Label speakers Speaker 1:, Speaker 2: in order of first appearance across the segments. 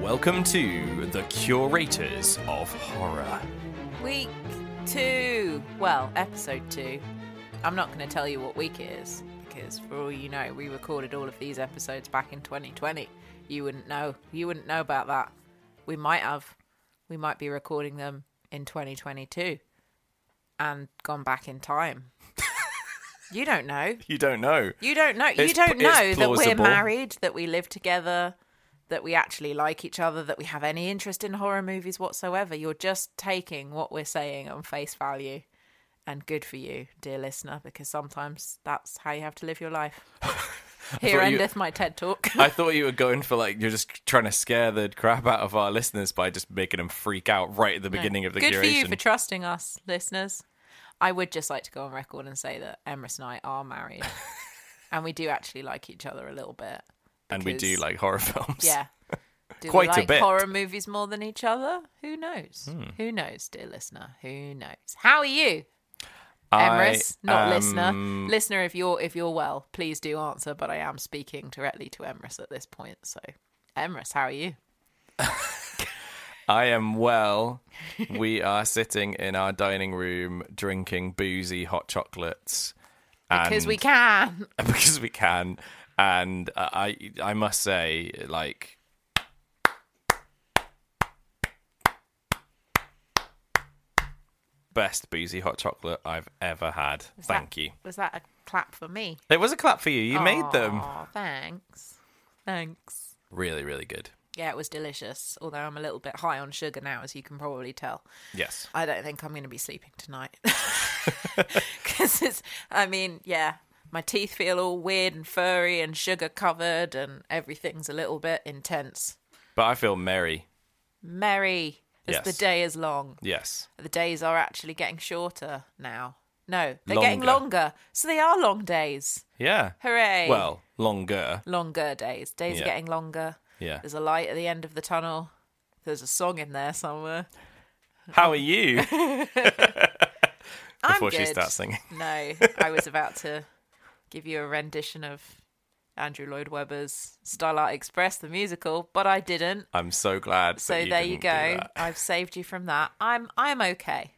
Speaker 1: Welcome to The Curators of Horror.
Speaker 2: Week two. Well, episode two. I'm not going to tell you what week it is because, for all you know, we recorded all of these episodes back in 2020. You wouldn't know. You wouldn't know about that. We might have. We might be recording them in 2022 and gone back in time. you don't know.
Speaker 1: You don't know.
Speaker 2: You don't know.
Speaker 1: It's-
Speaker 2: you don't
Speaker 1: it's
Speaker 2: know that we're
Speaker 1: plausible.
Speaker 2: married, that we live together, that we actually like each other, that we have any interest in horror movies whatsoever. You're just taking what we're saying on face value. And good for you, dear listener, because sometimes that's how you have to live your life. Here
Speaker 1: thought you-
Speaker 2: endeth my TED talk.
Speaker 1: I thought you were going for like, you're just trying to scare the crap out of our listeners by just making them freak out right at the beginning of the
Speaker 2: good
Speaker 1: curation.
Speaker 2: for you for trusting us, listeners. I would just like to go on record and say that Emrys and I are married, and we do actually like each other a little bit.
Speaker 1: and we do
Speaker 2: because-
Speaker 1: like horror films.
Speaker 2: Yeah. Do
Speaker 1: Quite a
Speaker 2: we like
Speaker 1: bit. Hmm.
Speaker 2: horror movies more than each other? Who knows? Who knows, dear listener? Who knows? How are you, Emrys?
Speaker 1: I
Speaker 2: Not
Speaker 1: am-
Speaker 2: listener. Listener, if you're if you're well, please do answer. But I am speaking directly to Emrys at this point. So, Emrys, how are you?
Speaker 1: I am well. we are sitting in our dining room drinking boozy hot chocolates.
Speaker 2: Because
Speaker 1: and-
Speaker 2: we can.
Speaker 1: because we can. And uh, I, I must say, like, best boozy hot chocolate I've ever had. Thank you.
Speaker 2: Was that a clap for me?
Speaker 1: It was a clap for you. You made them
Speaker 2: Aw, Thanks. Thanks.
Speaker 1: really, really good.
Speaker 2: Yeah, it was delicious. Although I'm a little bit high on sugar now, as you can probably tell.
Speaker 1: Yes.
Speaker 2: I don't think I'm going to be sleeping tonight. Because it's, I mean, yeah, my teeth feel all weird and furry and sugar covered, and everything's a little bit intense.
Speaker 1: But I feel merry.
Speaker 2: Merry as
Speaker 1: Yes.
Speaker 2: the day is long.
Speaker 1: Yes.
Speaker 2: The days are actually getting shorter now. No, they're getting
Speaker 1: Longer.
Speaker 2: longer. So they are long days.
Speaker 1: Yeah.
Speaker 2: Hooray.
Speaker 1: Well, longer.
Speaker 2: longer days. Days
Speaker 1: Yeah.
Speaker 2: are getting longer.
Speaker 1: Yeah.
Speaker 2: There's a light at the end of the tunnel. There's a song in there somewhere.
Speaker 1: How are you?
Speaker 2: I'm
Speaker 1: Before she
Speaker 2: good.
Speaker 1: starts singing.
Speaker 2: No, I was about to give you a rendition of Andrew Lloyd Webber's Starlight Express, the musical, but I didn't.
Speaker 1: I'm so glad.
Speaker 2: So
Speaker 1: that you
Speaker 2: there you
Speaker 1: didn't do
Speaker 2: go.
Speaker 1: that.
Speaker 2: I've saved you from that. I'm I'm okay.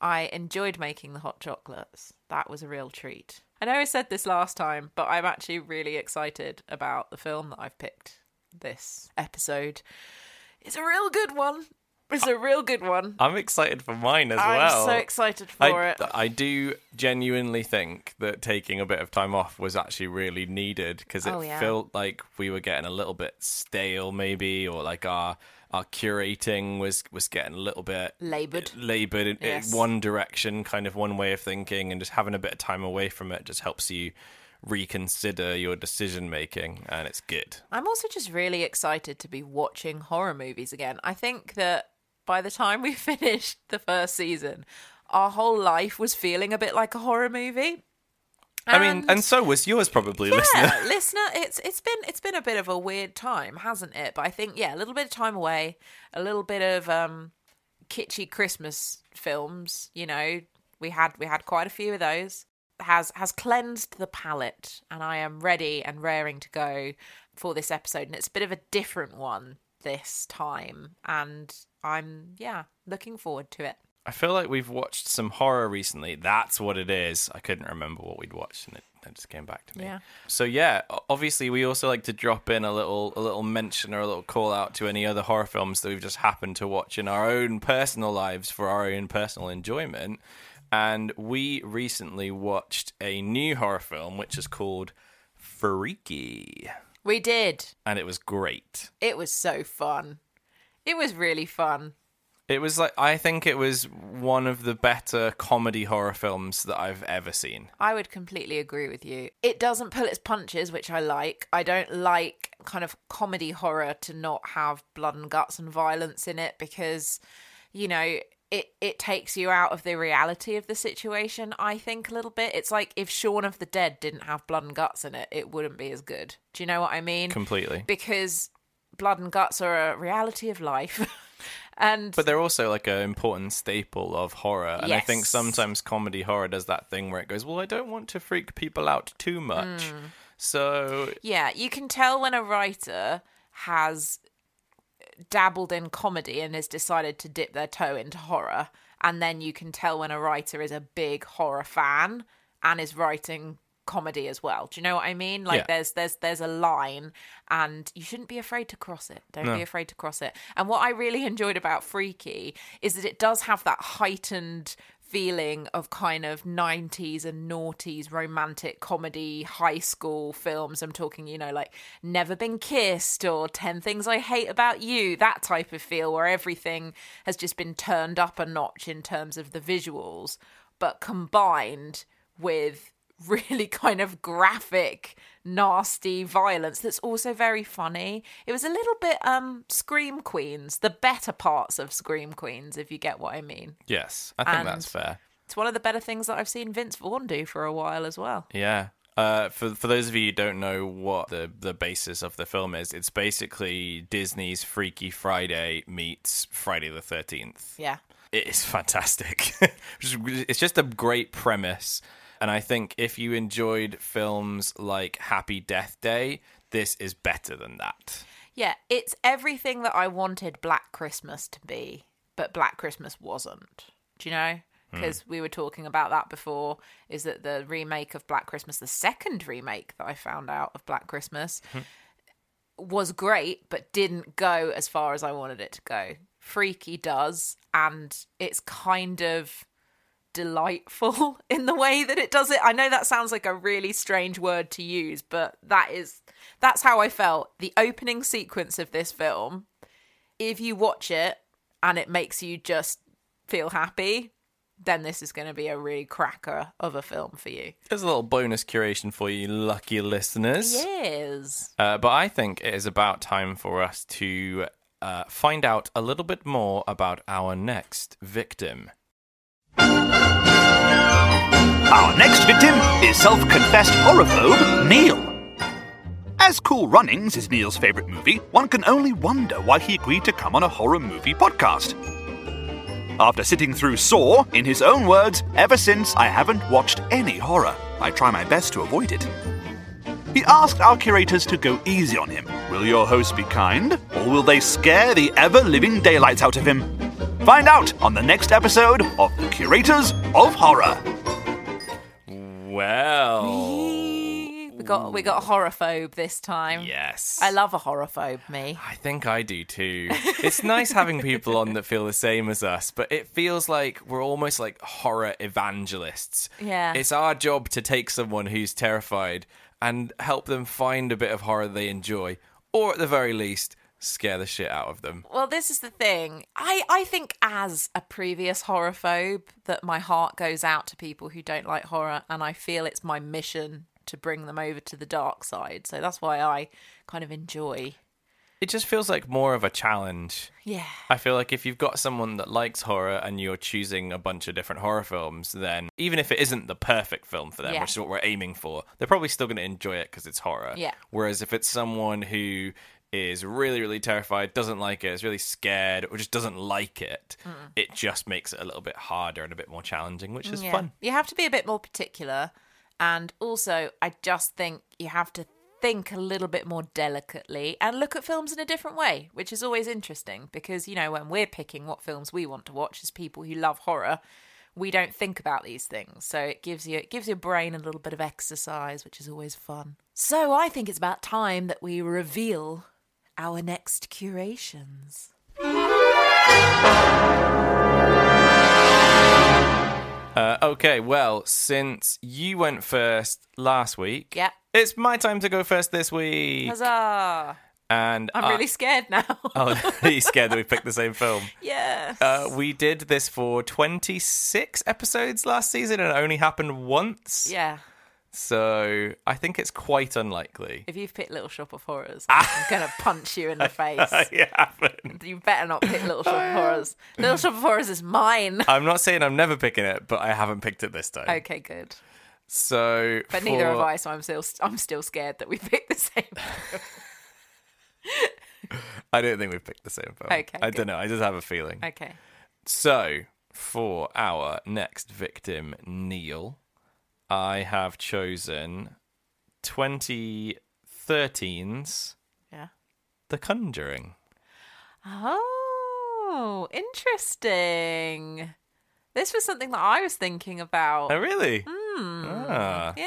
Speaker 2: I enjoyed making the hot chocolates. That was a real treat. I know I said this last time, but I'm actually really excited about the film that I've picked this episode. It's a real good one. It's a real good one.
Speaker 1: I'm excited for mine as
Speaker 2: I'm
Speaker 1: well.
Speaker 2: so excited for
Speaker 1: I,
Speaker 2: it.
Speaker 1: I do genuinely think that taking a bit of time off was actually really needed because it
Speaker 2: Oh, yeah.
Speaker 1: felt like we were getting a little bit stale, maybe, or like our our curating was was getting a little bit
Speaker 2: Laboured.
Speaker 1: labored in, in
Speaker 2: Yes.
Speaker 1: one direction, kind of one way of thinking, and just having a bit of time away from it just helps you reconsider your decision making, and it's good.
Speaker 2: I'm also just really excited to be watching horror movies again. I think that by the time we finished the first season, our whole life was feeling a bit like a horror movie.
Speaker 1: I mean, and so was yours probably, listener.
Speaker 2: yeah, listener, it's it's been it's been a bit of a weird time, hasn't it? But I think yeah, a little bit of time away, a little bit of um kitschy Christmas films, you know. We had we had quite a few of those. Has has cleansed the palate and I am ready and raring to go for this episode and it's a bit of a different one this time and I'm yeah, looking forward to it.
Speaker 1: I feel like we've watched some horror recently. That's what it is. I couldn't remember what we'd watched, and it, it just came back to me.
Speaker 2: Yeah.
Speaker 1: So yeah, o- obviously we also like to drop in a little a little mention or a little call out to any other horror films that we've just happened to watch in our own personal lives for our own personal enjoyment. And we recently watched a new horror film which is called Freaky,
Speaker 2: We did.
Speaker 1: and it was great.
Speaker 2: It was so fun. It was really fun.
Speaker 1: It was like I think it was one of the better comedy horror films that I've ever seen.
Speaker 2: I would completely agree with you. It doesn't pull its punches, which I like. I don't like kind of comedy horror to not have blood and guts and violence in it because, you know, it, it takes you out of the reality of the situation, I think, a little bit. It's like if Shaun of the Dead didn't have blood and guts in it, it wouldn't be as good. Do you know what I mean?
Speaker 1: Completely.
Speaker 2: Because blood and guts are a reality of life. and
Speaker 1: But they're also like an important staple of horror. And I think
Speaker 2: Yes.
Speaker 1: sometimes comedy horror does that thing where it goes, well, I don't want to freak people out too much.
Speaker 2: Hmm.
Speaker 1: So
Speaker 2: Yeah, you can tell when a writer has dabbled in comedy and has decided to dip their toe into horror. And then you can tell when a writer is a big horror fan and is writing comedy as well. Do you know what I mean? Like
Speaker 1: Yeah.
Speaker 2: there's there's there's a line and you shouldn't be afraid to cross it. Don't be afraid to cross it. And what I really enjoyed about Freaky is that it does have that heightened feeling of kind of 90s and noughties romantic comedy high school films i'm talking you know like never been kissed or 10 things i hate about you that type of feel where everything has just been turned up a notch in terms of the visuals but combined with really kind of graphic nasty violence that's also very funny it was a little bit um scream queens the better parts of scream queens if you get what i mean
Speaker 1: Yes, I think
Speaker 2: And-
Speaker 1: that's fair.
Speaker 2: it's one of the better things that i've seen vince vaughn do for a while as well
Speaker 1: Yeah. Uh, for for those of you who don't know what the, the basis of the film is, it's basically Disney's Freaky Friday meets Friday the Thirteenth.
Speaker 2: yeah
Speaker 1: It is fantastic. Just- it's just a great premise. And I think if you enjoyed films like Happy Death Day, this is better than that.
Speaker 2: yeah it's everything that i wanted black christmas to be but black christmas wasn't do you know because we were talking about that before is that the remake of black christmas the second remake that i found out of black christmas was great, but didn't go as far as I wanted it to go. Freaky does, and it's kind of delightful in the way that it does it. I know that sounds like a really strange word to use, but that is that's how I felt. The opening sequence of this film, if you watch it and it makes you just feel happy, then this is going to be a really cracker of a film for you.
Speaker 1: There's a little bonus curation for you, lucky listeners.
Speaker 2: Yes.
Speaker 1: Uh, but I think it is about time for us to uh, find out a little bit more about our next victim.
Speaker 3: Our next victim is self confessed horophobe Neil. As Cool Runnings is Neil's favourite movie, one can only wonder why he agreed to come on a horror movie podcast. After sitting through Saw, in his own words, ever since I haven't watched any horror. I try my best to avoid it. He asked our curators to go easy on him. Will your hosts be kind, or will they scare the ever living daylights out of him? Find out on the next episode of The Curators of Horror.
Speaker 1: Well,
Speaker 2: We got we got horophobe this time.
Speaker 1: yes.
Speaker 2: I love a horophobe, me.
Speaker 1: I think I do too. It's nice having people on that feel the same as us, but it feels like we're almost like horror evangelists.
Speaker 2: Yeah.
Speaker 1: It's our job to take someone who's terrified and help them find a bit of horror they enjoy, or at the very least, scare the shit out of them.
Speaker 2: Well, this is the thing. I, I think, as a previous horophobe, that my heart goes out to people who don't like horror, and I feel it's my mission to bring them over to the dark side. So that's why I kind of enjoy.
Speaker 1: It just feels like more of a challenge.
Speaker 2: Yeah.
Speaker 1: I feel like if you've got someone that likes horror and you're choosing a bunch of different horror films, then even if it isn't the perfect film for them,
Speaker 2: Yeah.
Speaker 1: which is what we're aiming for, they're probably still going to enjoy it because it's horror.
Speaker 2: Yeah.
Speaker 1: Whereas if it's someone who is really, really terrified, doesn't like it, is really scared, or just doesn't like it, it just makes it a little bit harder and a bit more challenging, which is
Speaker 2: Mm. yeah.
Speaker 1: fun.
Speaker 2: You have to be a bit more particular. And also, I just think you have to think a little bit more delicately and look at films in a different way, which is always interesting because, you know, when we're picking what films we want to watch as people who love horror, we don't think about these things. So it gives you it gives your brain a little bit of exercise, which is always fun. So I think it's about time that we reveal our next curations.
Speaker 1: Uh, okay, well, since you went first last week,
Speaker 2: Yeah.
Speaker 1: it's my time to go first this week.
Speaker 2: Huzzah!
Speaker 1: And
Speaker 2: I'm
Speaker 1: I-
Speaker 2: really scared now.
Speaker 1: Oh, he's scared that we picked the same film.
Speaker 2: yes.
Speaker 1: Uh, we did this for 26 episodes last season and it only happened once.
Speaker 2: yeah.
Speaker 1: So I think it's quite unlikely.
Speaker 2: If you've picked Little Shop of Horrors,
Speaker 1: Ah.
Speaker 2: I'm going to punch you in the face.
Speaker 1: It happened.
Speaker 2: You better not pick Little Shop of Horrors. Little Shop of Horrors is mine.
Speaker 1: I'm not saying I'm never picking it, but I haven't picked it this time.
Speaker 2: Okay, good.
Speaker 1: So,
Speaker 2: But neither have I, so I'm still I'm still scared that we picked the same.
Speaker 1: I don't think we've picked the same film.
Speaker 2: Okay,
Speaker 1: I
Speaker 2: good.
Speaker 1: don't know. I just have a feeling.
Speaker 2: Okay.
Speaker 1: So, for our next victim, Neil, I have chosen 2013's
Speaker 2: Yeah.
Speaker 1: The Conjuring.
Speaker 2: Oh, interesting. This was something that I was thinking about.
Speaker 1: Oh, really?
Speaker 2: Hmm.
Speaker 1: Ah.
Speaker 2: Yeah.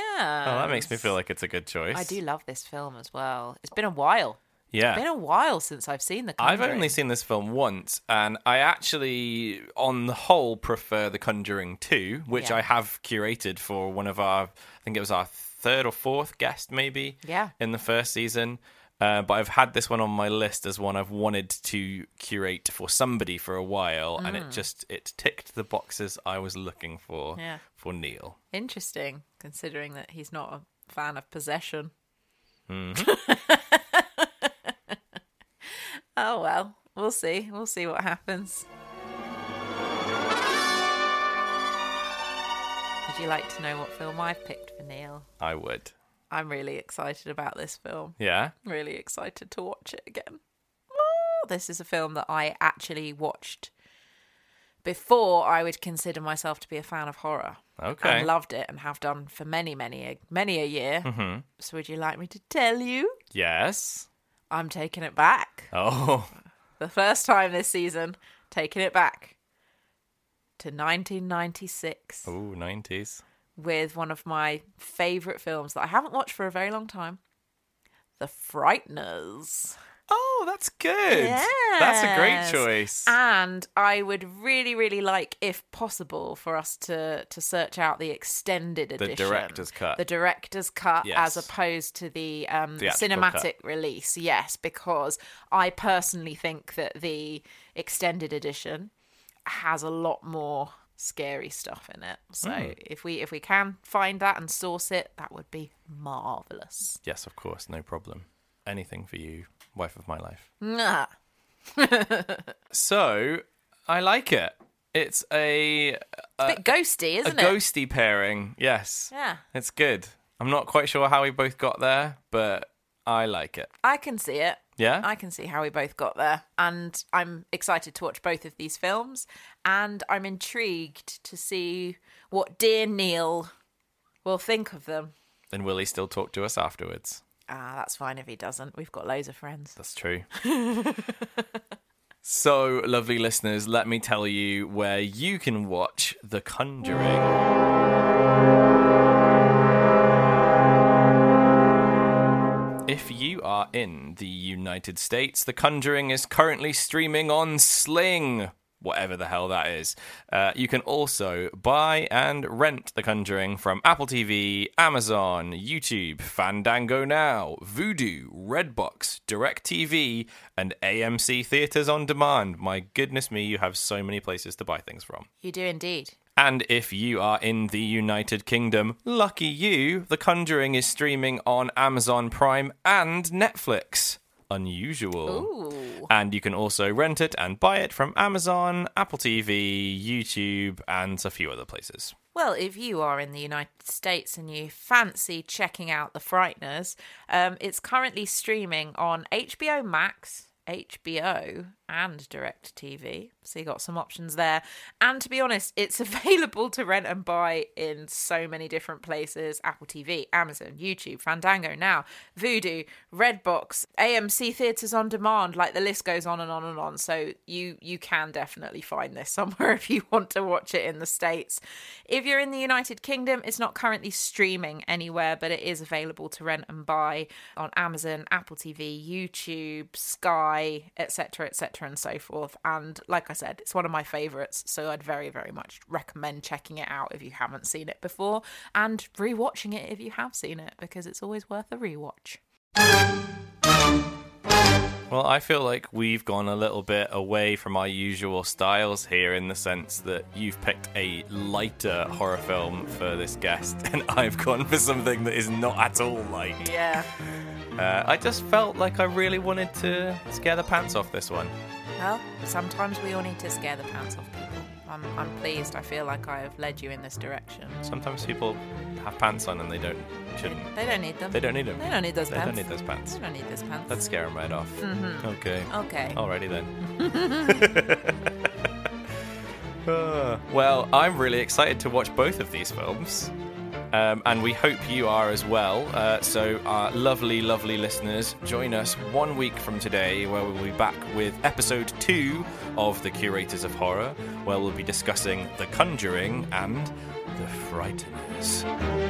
Speaker 1: Oh, that makes me feel like it's a good choice.
Speaker 2: I do love this film as well. It's been a while.
Speaker 1: Yeah.
Speaker 2: Been a while since I've seen the.
Speaker 1: I've
Speaker 2: Conjuring.
Speaker 1: only seen this film once, and I actually, on the whole, prefer The Conjuring 2, which
Speaker 2: Yeah.
Speaker 1: I have curated for one of our, I think it was our third or fourth guest, maybe,
Speaker 2: Yeah.
Speaker 1: in the first season. Uh, but I've had this one on my list as one I've wanted to curate for somebody for a while, and
Speaker 2: Mm.
Speaker 1: it just it ticked the boxes I was looking for
Speaker 2: Yeah.
Speaker 1: for Neil.
Speaker 2: Interesting, considering that he's not a fan of possession. oh well, we'll see. We'll see what happens. Would you like to know what film I've picked for Neil?
Speaker 1: I would,
Speaker 2: I'm really excited about this film.
Speaker 1: yeah.
Speaker 2: really excited to watch it again. Oh, This is a film that I actually watched before I would consider myself to be a fan of horror.
Speaker 1: Okay.
Speaker 2: And loved it and have done for many, many, a- many a year.
Speaker 1: Mm-hmm.
Speaker 2: So would you like me to tell you?
Speaker 1: Yes.
Speaker 2: I'm taking it back.
Speaker 1: Oh,
Speaker 2: The first time this season, taking it back to 1996
Speaker 1: oh, nineties.
Speaker 2: with one of my favourite films that I haven't watched for a very long time. The Frighteners.
Speaker 1: Oh, that's good. That's a great
Speaker 2: Yes.
Speaker 1: choice.
Speaker 2: And I would really, really like, if possible, for us to to search out the extended edition,
Speaker 1: director's cut.
Speaker 2: the director's cut,
Speaker 1: Yes.
Speaker 2: as opposed to the um,
Speaker 1: Theatrical
Speaker 2: cinematic release. Yes, because I personally think that the extended edition has a lot more scary stuff in it. So
Speaker 1: Hmm.
Speaker 2: if we if we can find that and source it, that would be marvelous.
Speaker 1: Yes, of course, no problem. Anything for you, wife of my life.
Speaker 2: Nah.
Speaker 1: So I like it. It's a
Speaker 2: It's a bit ghosty,
Speaker 1: Uh, a
Speaker 2: isn't it?
Speaker 1: ghosty pairing. Yes.
Speaker 2: Yeah.
Speaker 1: It's good. I'm not quite sure how we both got there, but I like it.
Speaker 2: I can see it.
Speaker 1: Yeah?
Speaker 2: I can see how we both got there. And I'm excited to watch both of these films. And I'm intrigued to see what dear Neil will think of them.
Speaker 1: And will he still talk to us afterwards?
Speaker 2: Ah, that's fine if he doesn't. We've got loads of friends.
Speaker 1: That's true. so, lovely listeners, let me tell you where you can watch The Conjuring. If you are in the United States, The Conjuring is currently streaming on Sling. Whatever the hell that is. Uh, you can also buy and rent The Conjuring from Apple TV, Amazon, YouTube, Fandango Now, Voodoo, Redbox, DirecTV, and AMC Theatres on Demand. My goodness me, you have so many places to buy things from.
Speaker 2: You do indeed.
Speaker 1: And if you are in the United Kingdom, lucky you, The Conjuring is streaming on Amazon Prime and Netflix. Unusual.
Speaker 2: Ooh.
Speaker 1: And you can also rent it and buy it from Amazon, Apple TV, YouTube, and a few other places.
Speaker 2: Well, if you are in the United States and you fancy checking out The Frighteners, um, it's currently streaming on HBO Max, HBO, and DirecTV. So you got some options there. And to be honest, it's available to rent and buy in so many different places Apple TV, Amazon, YouTube, Fandango Now, Voodoo, Redbox, AMC Theatres on Demand. Like the list goes on and on and on. So you, you can definitely find this somewhere if you want to watch it in the States. If you're in the United Kingdom, it's not currently streaming anywhere, but it is available to rent and buy on Amazon, Apple TV, YouTube, Sky, etc., etc., and so forth. And like I said, it's one of my favorites, so I'd very, very much recommend checking it out if you haven't seen it before and rewatching it if you have seen it because it's always worth a rewatch.
Speaker 1: Well, I feel like we've gone a little bit away from our usual styles here in the sense that you've picked a lighter horror film for this guest, and I've gone for something that is not at all light.
Speaker 2: Yeah.
Speaker 1: Uh, I just felt like I really wanted to scare the pants off this one.
Speaker 2: Well, sometimes we all need to scare the pants off people. I'm, I'm pleased. I feel like I have led you in this direction.
Speaker 1: Sometimes people have pants on and they don't shouldn't.
Speaker 2: They don't need them.
Speaker 1: They don't need them.
Speaker 2: They don't need those
Speaker 1: They
Speaker 2: pants.
Speaker 1: don't need those pants.
Speaker 2: I don't Mm-hmm. need this pants.
Speaker 1: Let's scare them right off. Okay.
Speaker 2: okay.
Speaker 1: Alrighty then. Uh, well, I'm really excited to watch both of these films. Um, and we hope you are as well. Uh, so, our lovely, lovely listeners, join us one week from today where we'll be back with episode two of The Curators of Horror, where we'll be discussing The Conjuring and The Frighteners.